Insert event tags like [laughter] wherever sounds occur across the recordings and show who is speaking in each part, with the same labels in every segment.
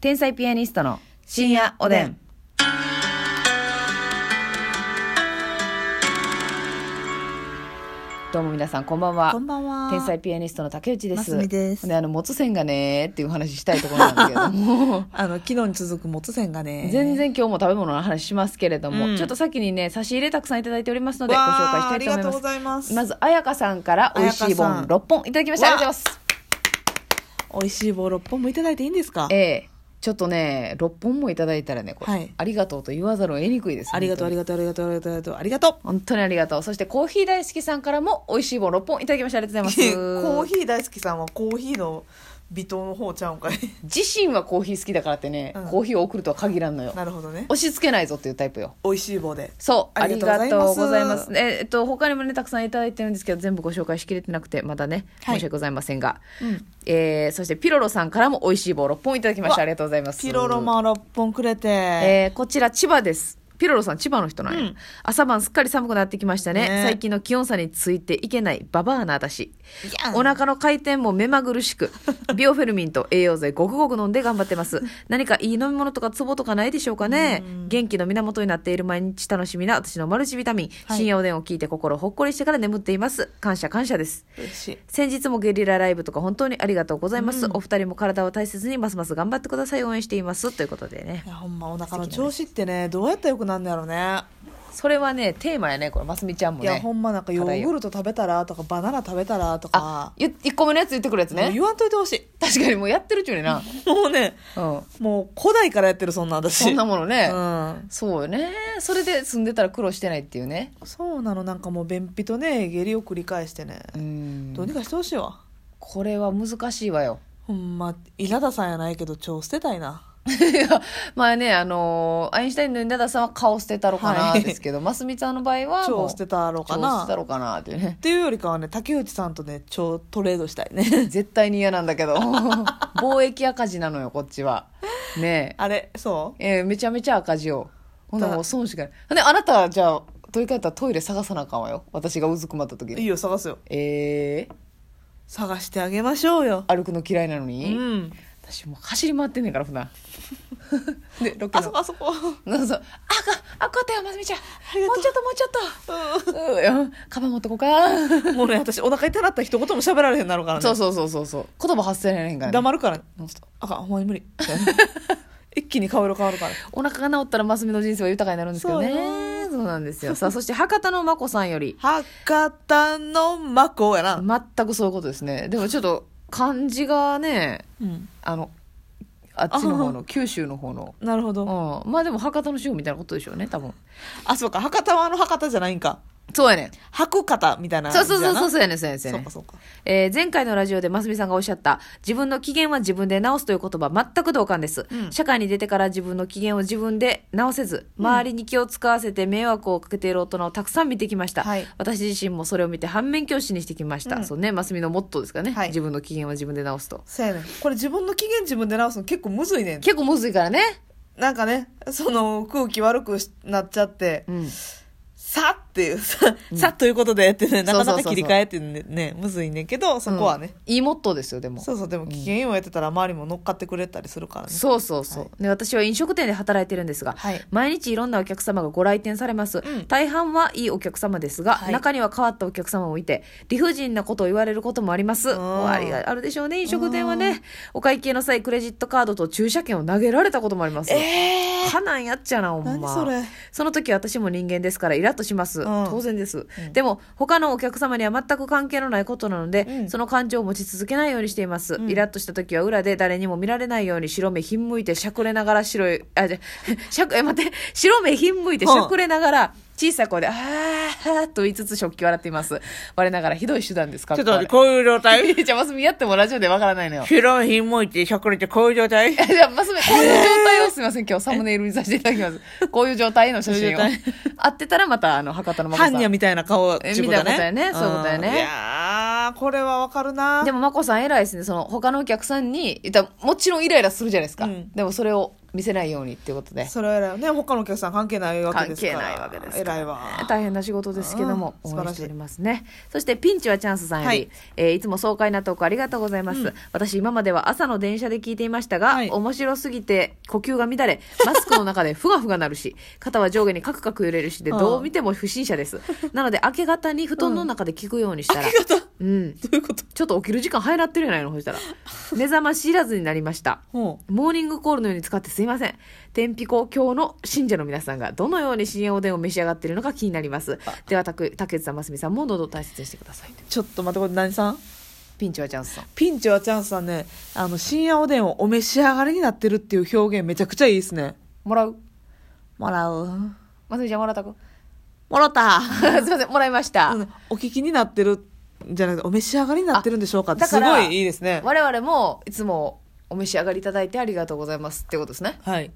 Speaker 1: 天才ピアニストの
Speaker 2: 深夜おでん。
Speaker 1: どうも皆さんこんばんは
Speaker 2: んばんは
Speaker 1: 天才ピアニストの竹内です
Speaker 2: ますみです
Speaker 1: ねあのもつせんがねーっていう話したいところなんだけど
Speaker 2: [laughs]
Speaker 1: も [laughs]
Speaker 2: あの、昨日に続くもつせんがね。
Speaker 1: 全然今日も食べ物の話しますけれども、
Speaker 2: うん
Speaker 1: ちょっと先にね差し入れたくさんいただいておりますの
Speaker 2: わー、
Speaker 1: でご紹介したいと
Speaker 2: ありが
Speaker 1: 思
Speaker 2: と
Speaker 1: い
Speaker 2: うご
Speaker 1: ます
Speaker 2: ざいます。
Speaker 1: まず彩香さんから美味しい
Speaker 2: 彩香
Speaker 1: 本
Speaker 2: さん
Speaker 1: 6本いただきましたありがとうございます
Speaker 2: 美味しい棒6本もいただいていいんですか
Speaker 1: ええちょっとね6本もいただいたらねこれ、
Speaker 2: はい
Speaker 1: ありがとうと言わざるを得にくいです
Speaker 2: ありがとう、ありがとう、ありがとう、ありがとう、ありがとう、ありがとう。
Speaker 1: 本当にありがとうそしてコーヒー大好きさんからも美味しい棒6本いただきましたありがとうございます
Speaker 2: [laughs] コーヒー大好きさんはコーヒーの微糖の方ちゃう
Speaker 1: [laughs]
Speaker 2: んかい
Speaker 1: 自身はコーヒー好きだからってね、
Speaker 2: うん
Speaker 1: コーヒーを送るとは限らんのよ
Speaker 2: なるほどね。
Speaker 1: 押し付けないぞっていうタイプよ
Speaker 2: 美味しい棒で。
Speaker 1: そうあ
Speaker 2: あ
Speaker 1: り
Speaker 2: り
Speaker 1: が
Speaker 2: が
Speaker 1: と
Speaker 2: と
Speaker 1: う
Speaker 2: う
Speaker 1: ご
Speaker 2: ご
Speaker 1: ざ
Speaker 2: ざ
Speaker 1: い
Speaker 2: い
Speaker 1: ま
Speaker 2: ます
Speaker 1: すええっと他にもねたくさんいただいてるんですけど全部ご紹介しきれてなくてまだね
Speaker 2: はい
Speaker 1: 申し訳ございませんが、
Speaker 2: うん
Speaker 1: えーそしてピロロさんからも美味しい棒6本いただきまし
Speaker 2: う
Speaker 1: た
Speaker 2: わ
Speaker 1: ありがとうございます
Speaker 2: ピロロも6本くれて。
Speaker 1: えーこちら千葉ですピロロさん千葉の人なんや、
Speaker 2: うん
Speaker 1: 朝晩すっかり寒くなってきましたね
Speaker 2: ね
Speaker 1: 最近の気温差についていけないババアな私
Speaker 2: いやん
Speaker 1: お腹の回転も目まぐるし [laughs] くビオフェルミンと栄養剤ごくごく飲んで頑張ってます何かいい飲み物とかツボとかないでしょうかね元気の源になっている毎日楽しみな私のマルチビタミン、
Speaker 2: はい
Speaker 1: 深夜おでんを聞いて心ほっこりしてから眠っています感謝感謝です
Speaker 2: 嬉しい。
Speaker 1: 先日もゲリラライブとか本当にありがとうございます、お二人も体を大切にますます頑張ってください応援していますということでね
Speaker 2: いや、ほんまお腹の調子ってね、どうやったらよくなるんだろうね。
Speaker 1: それはねテーマやねこれますみちゃんも
Speaker 2: い
Speaker 1: ね
Speaker 2: や、ほんまなんかヨーグルト食べたらとか、バナナ食べたらと
Speaker 1: あ
Speaker 2: か、
Speaker 1: 1個目のやつ言ってくるやつ
Speaker 2: もう
Speaker 1: ね
Speaker 2: 言わんといてほしい。
Speaker 1: 確かにもうやってるっちゅうねんな、
Speaker 2: もうね、
Speaker 1: うん、
Speaker 2: もう古代からやってる、そんな私。
Speaker 1: そんなものね、
Speaker 2: うん。
Speaker 1: そうよねそれで住んでたら苦労してないっていうね
Speaker 2: そうなのなんかもう便秘とね下痢を繰り返してね、
Speaker 1: うん
Speaker 2: どうにかしてほしいわ
Speaker 1: これは難しいわよ
Speaker 2: ほんま稲田さんやないけど腸捨てたいない
Speaker 1: やまあねあのーアインシュタインの稲田さんは顔捨てたろかな
Speaker 2: はい
Speaker 1: ですけどますみちゃんの場合
Speaker 2: [laughs]
Speaker 1: は
Speaker 2: 腸
Speaker 1: もう
Speaker 2: を捨てたろうか
Speaker 1: 腸捨
Speaker 2: な
Speaker 1: てたろかなっていうね
Speaker 2: っていうよりかはね竹内さんとね腸トレードしたいね
Speaker 1: [laughs] 絶対に嫌なんだ
Speaker 2: [laughs]
Speaker 1: けど貿易赤字なのよこっちはね
Speaker 2: あれそう
Speaker 1: ええーめちゃめちゃ赤字よほんなら
Speaker 2: だ
Speaker 1: もう損しかないであなたじゃあ取り替えたらトイレ探さなあかんわよ私がうずくまった時
Speaker 2: いい
Speaker 1: に
Speaker 2: よ探すよ
Speaker 1: えー、
Speaker 2: 探してあげましょうよ
Speaker 1: 歩くの嫌いなの
Speaker 2: う
Speaker 1: に、
Speaker 2: ん
Speaker 1: 私もう走り回ってんねんから普段
Speaker 2: [laughs]
Speaker 1: でロケ
Speaker 2: あ
Speaker 1: の
Speaker 2: そこあそこ
Speaker 1: そうそう。あ、か、あ、こったよ、まずみちゃん。
Speaker 2: りが
Speaker 1: も
Speaker 2: と
Speaker 1: う
Speaker 2: う
Speaker 1: ちょっと、もうちょっと。うん、カバン持っとこうか。
Speaker 2: もうね私お腹痛なったら一言も喋られへんなるからね
Speaker 1: そうそうそうそうそう。言葉発せられへんから、ね。
Speaker 2: 黙るからねちょっとあかんほんまに
Speaker 1: [laughs]
Speaker 2: 無理一気に顔色変わるから
Speaker 1: お腹が治ったらマスミの人生は豊かになるんですけどね
Speaker 2: そう。
Speaker 1: そうなんですよ。さあ、そして博多のまこさんより、
Speaker 2: 博多のまこやな、
Speaker 1: 全くそういうことですね。でもちょっと、漢字がね、
Speaker 2: うん、
Speaker 1: あの、あっちの方の、九州の方の。
Speaker 2: なるほど
Speaker 1: うん。まあでも博多の州みたいなことでしょうね、多分。
Speaker 2: あ、そうか、博多はあの博多じゃないんか。
Speaker 1: そうやねん。
Speaker 2: 博方みたいな
Speaker 1: そうそうそうそう
Speaker 2: う。
Speaker 1: そうやねん、そうやねん、そう
Speaker 2: そ
Speaker 1: やね
Speaker 2: うんか、。そうか。
Speaker 1: えー前回のラジオでますみさんがおっしゃった自分の機嫌は自分で直すという言葉全く同感です、
Speaker 2: うん
Speaker 1: 社会に出てから自分の機嫌を自分で直せず周りに気を使わせて迷惑をかけている大人をたくさん見てきました、
Speaker 2: はい
Speaker 1: 私自身もそれを見て反面教師にしてきました、
Speaker 2: うん
Speaker 1: そうねますみのモットーですかね、
Speaker 2: はい
Speaker 1: 自分の機嫌は自分で直すと
Speaker 2: そうやねん。これ自分の機嫌自分で直すの結構むずいねん。
Speaker 1: 結構むずいからね、
Speaker 2: なんかね、その空気悪くしなっちゃって、
Speaker 1: うん、
Speaker 2: さっていう、さ、さということでってね、な
Speaker 1: そう
Speaker 2: かな
Speaker 1: そう
Speaker 2: か
Speaker 1: そうそう
Speaker 2: 切り替えってね、ねむずいねんけど、そこはね。
Speaker 1: うんいいモットーですよでも
Speaker 2: そうそう、でも機嫌をやってたら周りも乗っかってくれたりするからね。
Speaker 1: そうそうそう、で私は飲食店で働いてるんですが、
Speaker 2: はい
Speaker 1: 毎日いろんなお客様がご来店されます、
Speaker 2: ん
Speaker 1: 大半はいいお客様ですが、
Speaker 2: はい
Speaker 1: 中には変わったお客様もいて理不尽なことを言われることもあります
Speaker 2: ん
Speaker 1: ありあるでしょうね飲食店はねお会計の際クレジットカードと駐車券を投げられたこともあります
Speaker 2: えー
Speaker 1: かなんやっちゃなほんま
Speaker 2: 何それ
Speaker 1: その時私も人間ですからイラッとします、
Speaker 2: ん
Speaker 1: 当然です、でも他のお客様には全く関係のないことなので、
Speaker 2: うん
Speaker 1: その感情を持ち続けないようにしています、イラッとした時は裏で誰にも見られないように白目ひんむいてしゃくれながら白いあじゃ [laughs] しゃくえ待って白目ひんむいてしゃくれながら小さい声で「あーあ」と言いつつ食器を洗っています我ながらひどい手段ですか
Speaker 2: ちょっと待って、こういう状 [laughs] 態
Speaker 1: [laughs] じゃあマスミやってもラジオでわからないのよ
Speaker 2: 白いひんもいてしゃくれてこういう状態
Speaker 1: いや、まあ、それこういう状態をすみません、今日サムネイルにさせていただき
Speaker 2: [laughs]
Speaker 1: ます。こういう状態の写真を
Speaker 2: こういう。
Speaker 1: 合ってたらまた、あの、博多のまこ
Speaker 2: ハ
Speaker 1: さ
Speaker 2: ンニャ
Speaker 1: ん。
Speaker 2: みたいな顔
Speaker 1: え
Speaker 2: ってだ
Speaker 1: みたいなことやねそういうことやね
Speaker 2: んいやーこれはわかるな
Speaker 1: でも、まこさん偉いですね。その、他のお客さんに、いったらもちろんイライラするじゃないですか。
Speaker 2: うん
Speaker 1: でも、それを見せないようにっていうことで
Speaker 2: それは偉いね他のお客さん関係ないわけですから
Speaker 1: 関係ないわけですから
Speaker 2: 偉いわ
Speaker 1: 大変な仕事ですけども、
Speaker 2: うん
Speaker 1: 応援しておりますねそしてピンチはチャンスさんより、
Speaker 2: はい
Speaker 1: えーいつも爽快なトークありがとうございます、私今までは朝の電車で聞いていましたが、
Speaker 2: はい
Speaker 1: 面白すぎて呼吸が乱
Speaker 2: [laughs]
Speaker 1: れマスクの中でふがふがなるし肩は上下にカクカク揺れるしで
Speaker 2: うん
Speaker 1: どう見ても不審者です、なので明け方に布団の中で聞くようにしたら、
Speaker 2: 明け方
Speaker 1: うん、
Speaker 2: どういうこと
Speaker 1: ちょっと起きる時間早なってるやないのそしたら目覚ましいらずになりました
Speaker 2: ほ
Speaker 1: モーニングコールのように使ってすいません。天日公教の信者の皆さんがどのように深夜おでんを召し上がっているのか気になります。では、たく竹内さん、ますみさんも喉を大切にしてください。
Speaker 2: うちょっと待ってこれ何さん
Speaker 1: ピンチはチャンスさん。
Speaker 2: ピンチはチャンスさんねあの深夜おでんをお召し上がりになってるっていう表現めちゃくちゃいいですね
Speaker 1: もらう
Speaker 2: もらう
Speaker 1: ますみちゃん、もらったく
Speaker 2: もろ
Speaker 1: [laughs]
Speaker 2: た
Speaker 1: すいません、もらいました。
Speaker 2: うんお聞きになってるんじゃなくてお召し上がりになってるんでしょうかって
Speaker 1: だ
Speaker 2: す
Speaker 1: か
Speaker 2: ご
Speaker 1: ら
Speaker 2: いいいですね
Speaker 1: 我々もいつもお召し上がりいただいてありがとうございますってことですね。
Speaker 2: はい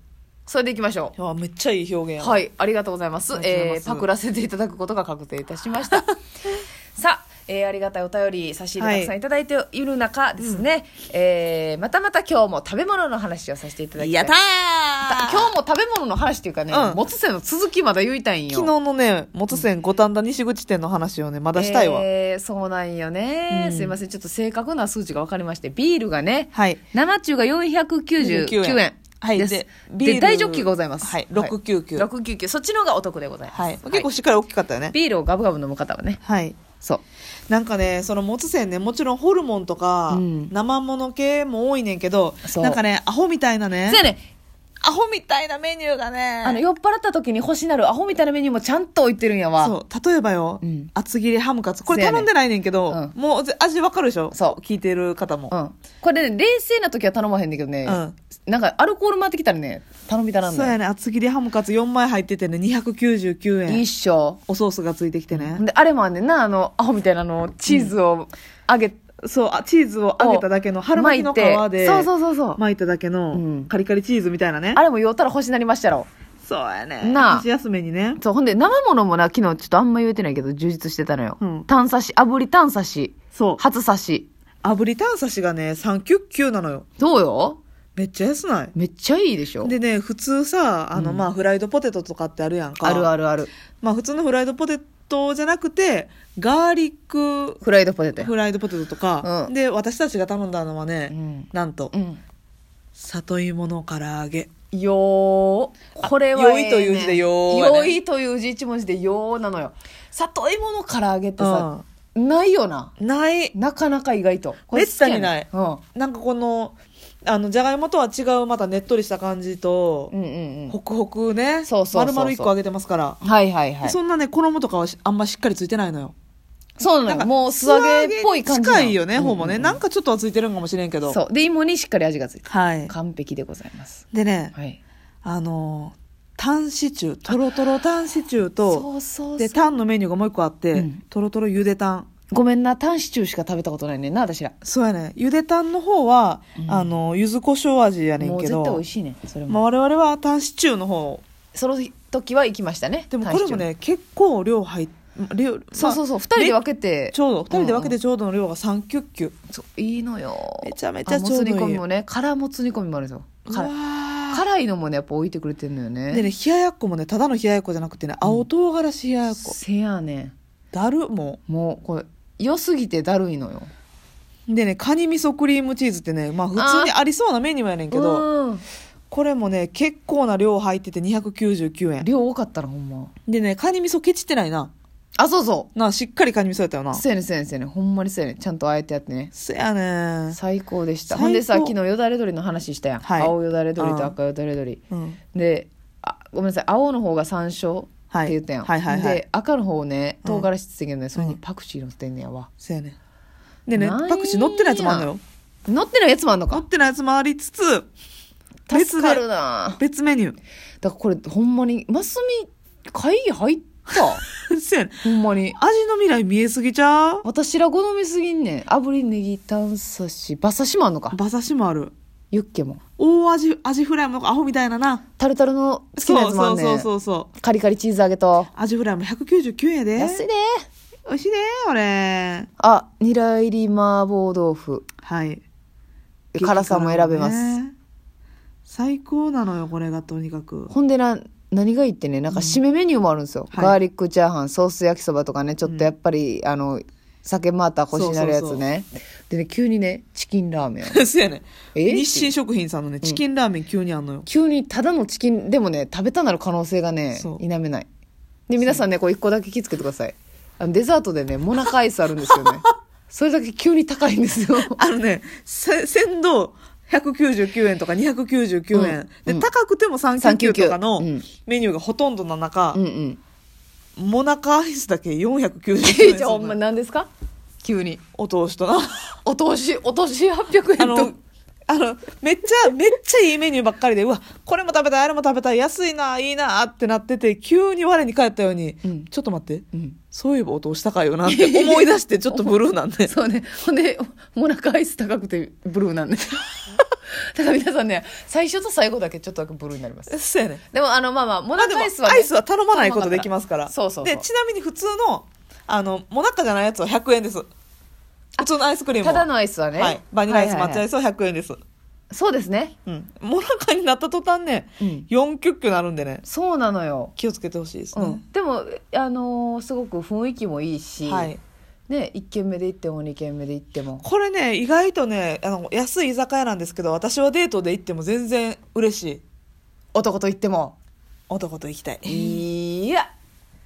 Speaker 1: それでいきましょう。
Speaker 2: いやめっちゃいい表現や
Speaker 1: はい、ありがとうございます。
Speaker 2: ありがとうござい
Speaker 1: え
Speaker 2: ます
Speaker 1: ーパクらせていただくことが確定いたしました。
Speaker 2: [laughs]
Speaker 1: さあ、えーありがたいお便り、差し入れたく
Speaker 2: はい
Speaker 1: さんいただいている中ですね、えーまたまた今日も食べ物の話をさせていただきた
Speaker 2: や
Speaker 1: い。
Speaker 2: った
Speaker 1: た
Speaker 2: ー
Speaker 1: 今日も食べ物の話っていうかね、
Speaker 2: うん
Speaker 1: もつせの続きまだ言いたいんよ。
Speaker 2: 昨日のね、元線五反田西口店の話をね、まだしたいわ。
Speaker 1: えーそうなんよね、
Speaker 2: うん
Speaker 1: すいません、ちょっと正確な数値が分かりまして、ビールがね、
Speaker 2: はい。
Speaker 1: 生中が499円です。
Speaker 2: はい。
Speaker 1: で大ジョッキがございます。
Speaker 2: はい。699。はい。
Speaker 1: 699。そっちの方がお得でございます。
Speaker 2: 結構しっかり大きかったよね。
Speaker 1: ビールをガブガブ飲む方はね。
Speaker 2: はい。
Speaker 1: そう。
Speaker 2: なんかね、その元線ね、もちろんホルモンとか、
Speaker 1: うん
Speaker 2: 生もの系も多いねんけど、
Speaker 1: そう
Speaker 2: なんかね、アホみたいなね
Speaker 1: そ、やね、
Speaker 2: アホみたいなメニューがね、
Speaker 1: あの、酔っ払った時に欲しなるアホみたいなメニューもちゃんと置いてるんやわ。
Speaker 2: そう、例えばよ、
Speaker 1: うん
Speaker 2: 厚切りハムカツ。これ
Speaker 1: そうやね
Speaker 2: 頼んでないねんけど、
Speaker 1: うん
Speaker 2: もうぜ味わかるでしょ
Speaker 1: そう
Speaker 2: 聞いてる方も。
Speaker 1: うん。これね、冷静な時は頼まへんだけどね、
Speaker 2: うん
Speaker 1: なんかアルコール回ってきたらね、頼みたなん
Speaker 2: そ
Speaker 1: だ
Speaker 2: うや
Speaker 1: よ。
Speaker 2: ね、厚切りハムカツ4枚入っててね、299円。
Speaker 1: 一緒。
Speaker 2: おソースがついてきてね。
Speaker 1: で、あれもあんねんな、あの、アホみたいなあの、チーズを揚げ、
Speaker 2: そう、あチーズを揚げただけの、春巻きの皮で、
Speaker 1: そうそうそうそう。
Speaker 2: 巻いただけの、
Speaker 1: うん
Speaker 2: カリカリチーズみたいなね
Speaker 1: あ。れも酔ったら欲しなりましたろ。
Speaker 2: そうやね。
Speaker 1: なあ
Speaker 2: 箸休めにね。
Speaker 1: そう、ほんで、生物もな、昨日ちょっとあんま言えてないけど、充実してたのよ。
Speaker 2: うん
Speaker 1: 炭刺し、炙り炭刺し、
Speaker 2: そう。
Speaker 1: 初刺し。
Speaker 2: 炙り炭刺しがね、399なのよ。
Speaker 1: どうよ
Speaker 2: めっちゃ安ない。
Speaker 1: めっちゃいいでしょ。
Speaker 2: でね、普通さ、あの、まあ、フライドポテトとかってあるやんか。
Speaker 1: あるあ
Speaker 2: る。
Speaker 1: るある。
Speaker 2: まあ、普通のフライドポテトじゃなくて、ガーリック
Speaker 1: フライドポテトや。
Speaker 2: フライドポテトとか、
Speaker 1: うん
Speaker 2: で、私たちが頼んだのはね、
Speaker 1: うん
Speaker 2: なんと、
Speaker 1: うん。
Speaker 2: 里芋の唐揚げ。
Speaker 1: よー。これは、
Speaker 2: 良いという字でよーやね
Speaker 1: 良いという字一文字でよーなのよ。里芋の唐揚げってさ、ないよな。
Speaker 2: うんない。
Speaker 1: なかなか意外と。これ
Speaker 2: めったに
Speaker 1: 好きやね
Speaker 2: ないなんかこの、あの、じゃがいもとは違う、またねっとりした感じと
Speaker 1: う、ん。うんうん
Speaker 2: ホクホクね。
Speaker 1: そうそうそうそう
Speaker 2: 丸々一個揚げてますから。
Speaker 1: うん。はいはいはい。
Speaker 2: そんなね、衣とかはしあんましっかりついてないのよ。
Speaker 1: そうな
Speaker 2: なん
Speaker 1: の
Speaker 2: か
Speaker 1: よ。もう素揚げっぽい感じ
Speaker 2: 素
Speaker 1: な
Speaker 2: 揚
Speaker 1: の。
Speaker 2: げ近いよね、
Speaker 1: うんうん
Speaker 2: ほぼね。なんかちょっとはついてるんかもしれんけど。
Speaker 1: そう。で、芋にしっかり味がついてる。
Speaker 2: はい。
Speaker 1: 完璧でございます。
Speaker 2: でね、
Speaker 1: はい。
Speaker 2: あのー、タンシチュー、とろとろタンシチューと、
Speaker 1: そうそうそ
Speaker 2: で、
Speaker 1: う。
Speaker 2: タンのメニューがもう一個あっ
Speaker 1: う
Speaker 2: て
Speaker 1: ん、
Speaker 2: とろとろゆでタン。
Speaker 1: ごめんな、タンシチューしか食べたことないねんな、私ら。
Speaker 2: そうやね。ゆでタンの方は、あの、柚子胡椒味やね
Speaker 1: も
Speaker 2: ん
Speaker 1: う
Speaker 2: け
Speaker 1: 絶対美
Speaker 2: ど
Speaker 1: 味、しいね、それも。
Speaker 2: まあ我々はタンシチューの方を
Speaker 1: その時は行きましたね。
Speaker 2: でも
Speaker 1: タン
Speaker 2: こ
Speaker 1: シチ
Speaker 2: れ
Speaker 1: ュー
Speaker 2: もね結構量入っ量、まあ
Speaker 1: そうそうそう、二人で分けて。
Speaker 2: ちょうど2人で分け
Speaker 1: うんう
Speaker 2: てちょうどの量が3キュッキュ
Speaker 1: んそういいのよ。
Speaker 2: めちゃめちゃ
Speaker 1: あ
Speaker 2: ちょうどいい
Speaker 1: もつ煮込みもね、辛もつ煮込みもあるんですよ。辛い辛いのもね、やっぱ置いてくれてんのよね。
Speaker 2: でね冷ややっこもねただの冷ややっこじゃなくてね青唐辛子冷ややっこ、
Speaker 1: せやね
Speaker 2: だるも
Speaker 1: ん。もう、これ、良すぎてだるいのよ。
Speaker 2: うでねカニ味噌クリームチーズってねまあ普通にありそうなメニューやねんけど
Speaker 1: うん
Speaker 2: これもね結構な量入ってて299円
Speaker 1: 量多かったらほんま。
Speaker 2: でねカニ味噌ケチってないな
Speaker 1: あ、そうそ
Speaker 2: なあしっかりカニ味噌やったよな
Speaker 1: う。せやねんせやねんせやねん。ほんまにせやねん。ちゃんとあえてやってね。
Speaker 2: せやね
Speaker 1: 最高でした。
Speaker 2: 最高
Speaker 1: ほんでさ、昨日よだれ鳥の話したやん。
Speaker 2: はい
Speaker 1: 青よだれ鳥と赤よだれ鳥。
Speaker 2: うん
Speaker 1: であごめんなさい青の方が山椒って言ったやん、
Speaker 2: はいはいはいはい
Speaker 1: で赤の方ね
Speaker 2: うん
Speaker 1: 唐辛子って言ってんけどね、それに
Speaker 2: うん
Speaker 1: パクチー乗ってんねやわ
Speaker 2: せやねでね
Speaker 1: なんや
Speaker 2: パクチー乗ってないやつもあんのよ
Speaker 1: 乗ってないやつもあんの
Speaker 2: 乗
Speaker 1: か
Speaker 2: ってないやつもありつつ別
Speaker 1: 助
Speaker 2: で
Speaker 1: かるな
Speaker 2: 別メニュ
Speaker 1: だからこれほんまにマスミ会議入った
Speaker 2: ー。 [laughs] せやね
Speaker 1: ほんまに
Speaker 2: 味の未来見えすぎちゃう
Speaker 1: 私ら好みすぎんねん炙りネギ炭刺し馬刺しもあんのか
Speaker 2: 馬刺しもある。
Speaker 1: ユッケも
Speaker 2: 大味、アジフライもなんかアホみたいなな。
Speaker 1: タルタルの好きなやつもあんねん
Speaker 2: そうそうそうそう。
Speaker 1: カリカリチーズ揚げと
Speaker 2: アジフライも199円やで。
Speaker 1: 安いで
Speaker 2: 美味しいで、これ。
Speaker 1: あニラ入り麻婆豆腐
Speaker 2: はい。
Speaker 1: 辛さも選べます
Speaker 2: 激辛もね。最高なのよこれがとにかく
Speaker 1: ほんでな、何がいいってね、なんか締めメニューもあるんですよ。
Speaker 2: はい
Speaker 1: ガーリックチャーハン、ソース焼きそばとかね、ちょっとやっぱり、あの、酒回ったら腰になるやつねでね、急にね、チキンラーメンを。
Speaker 2: そうやね
Speaker 1: え
Speaker 2: 日清食品さんのねチキンラーメン急にあんのよ、
Speaker 1: 急にただのチキンでもね食べたなる可能性がね
Speaker 2: そう
Speaker 1: 否めないで皆さんねこう一個だけ気付けてくださいあのデザートでねモナカアイスあるんですよねそれだけ急に高いんですよ
Speaker 2: あのねせ鮮度199円とか299円、
Speaker 1: うん
Speaker 2: で高くても399とかの
Speaker 1: うん
Speaker 2: メニューがほとんどの中
Speaker 1: うん、うん
Speaker 2: モナカアイスだけ499円
Speaker 1: えじゃあほ
Speaker 2: そ
Speaker 1: ん
Speaker 2: ん
Speaker 1: ま
Speaker 2: な
Speaker 1: 何ですか急に
Speaker 2: お通し
Speaker 1: [laughs]
Speaker 2: とな
Speaker 1: お通しお通し800円
Speaker 2: あ
Speaker 1: と
Speaker 2: のあのめっちゃめっちゃいいメニューばっかりでうわこれも食べたいあれも食べたい安いないいなってなってて急に我に返ったように、
Speaker 1: うん
Speaker 2: ちょっと待って
Speaker 1: うん
Speaker 2: そういえばお通したかよな
Speaker 1: [laughs]
Speaker 2: って思い出してちょっとブルーなんで
Speaker 1: そうねほんでモナカアイス高くてブルーなんで [laughs] だから皆さんね最初と最後だけちょっとだけブルーになります
Speaker 2: そうやね
Speaker 1: でもあのまあまあモ
Speaker 2: まあ
Speaker 1: ナ
Speaker 2: で
Speaker 1: カ
Speaker 2: も
Speaker 1: アイスは、ね、
Speaker 2: アイスは頼まないことできますから
Speaker 1: そうそうそう
Speaker 2: でちなみに普通のあのモナカじゃないやつは100円です普通のアイスクリーム
Speaker 1: た
Speaker 2: は
Speaker 1: だのアイスはね、
Speaker 2: はい、バニラアイス
Speaker 1: はいはいはい
Speaker 2: 抹茶アイスは100円です、
Speaker 1: そうですね
Speaker 2: うん、モナカになった途端ね、
Speaker 1: うん
Speaker 2: 4キュッキュなるんでね
Speaker 1: そうなのよ、
Speaker 2: 気をつけてほしいです
Speaker 1: う
Speaker 2: ね、
Speaker 1: ん、でもあのーすごく雰囲気もいいし、
Speaker 2: はい、
Speaker 1: ね、1軒目で行っても2軒目で行っても
Speaker 2: これね意外とねあの安い居酒屋なんですけど私はデートで行っても全然嬉しい
Speaker 1: 男と行っても
Speaker 2: 男と行きたい
Speaker 1: いや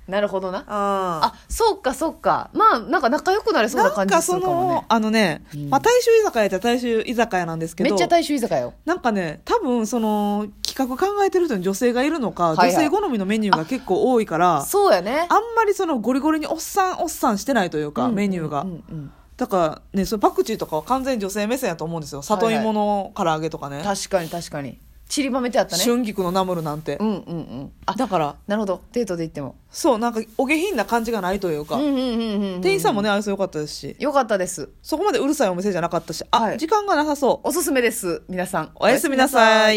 Speaker 1: なるほどな
Speaker 2: あ
Speaker 1: あそうかそうかまあなんか仲良くなれ
Speaker 2: ー
Speaker 1: そうな
Speaker 2: な
Speaker 1: 感
Speaker 2: ん
Speaker 1: じ
Speaker 2: か
Speaker 1: す
Speaker 2: そ
Speaker 1: るかも
Speaker 2: の
Speaker 1: ね
Speaker 2: あのね、
Speaker 1: うん
Speaker 2: まあ、大衆居酒屋っちゃ大衆居酒屋なんですけ
Speaker 1: め
Speaker 2: ど
Speaker 1: っちゃ大衆居酒屋よ
Speaker 2: なんかね多分その企画考えてる人に女性がいるの
Speaker 1: は
Speaker 2: か、
Speaker 1: いはい
Speaker 2: 女性好みのメニューが結構多いから
Speaker 1: そうやね
Speaker 2: あんまりそのゴリゴリにおっさんおっさんしてないというか、
Speaker 1: うん
Speaker 2: メニューが、
Speaker 1: うんうん
Speaker 2: だからねそれパクチーとかは完全に女性目線やと思うんですよ里芋の唐揚げとかね、
Speaker 1: 確かに確かに散りばめてあったね
Speaker 2: 春菊のナムルなんて、
Speaker 1: うんうんうんあ
Speaker 2: だから
Speaker 1: なるほどデートで行っても
Speaker 2: そうなんかお下品な感じがないというか、
Speaker 1: うんうんうんうんうん
Speaker 2: 店員さんもね愛想良かったですし
Speaker 1: よかったです
Speaker 2: そこまでうるさいお店じゃなかったしあ、
Speaker 1: はい
Speaker 2: 時間がなさそう
Speaker 1: おすすめです皆さん
Speaker 2: おやすみなさい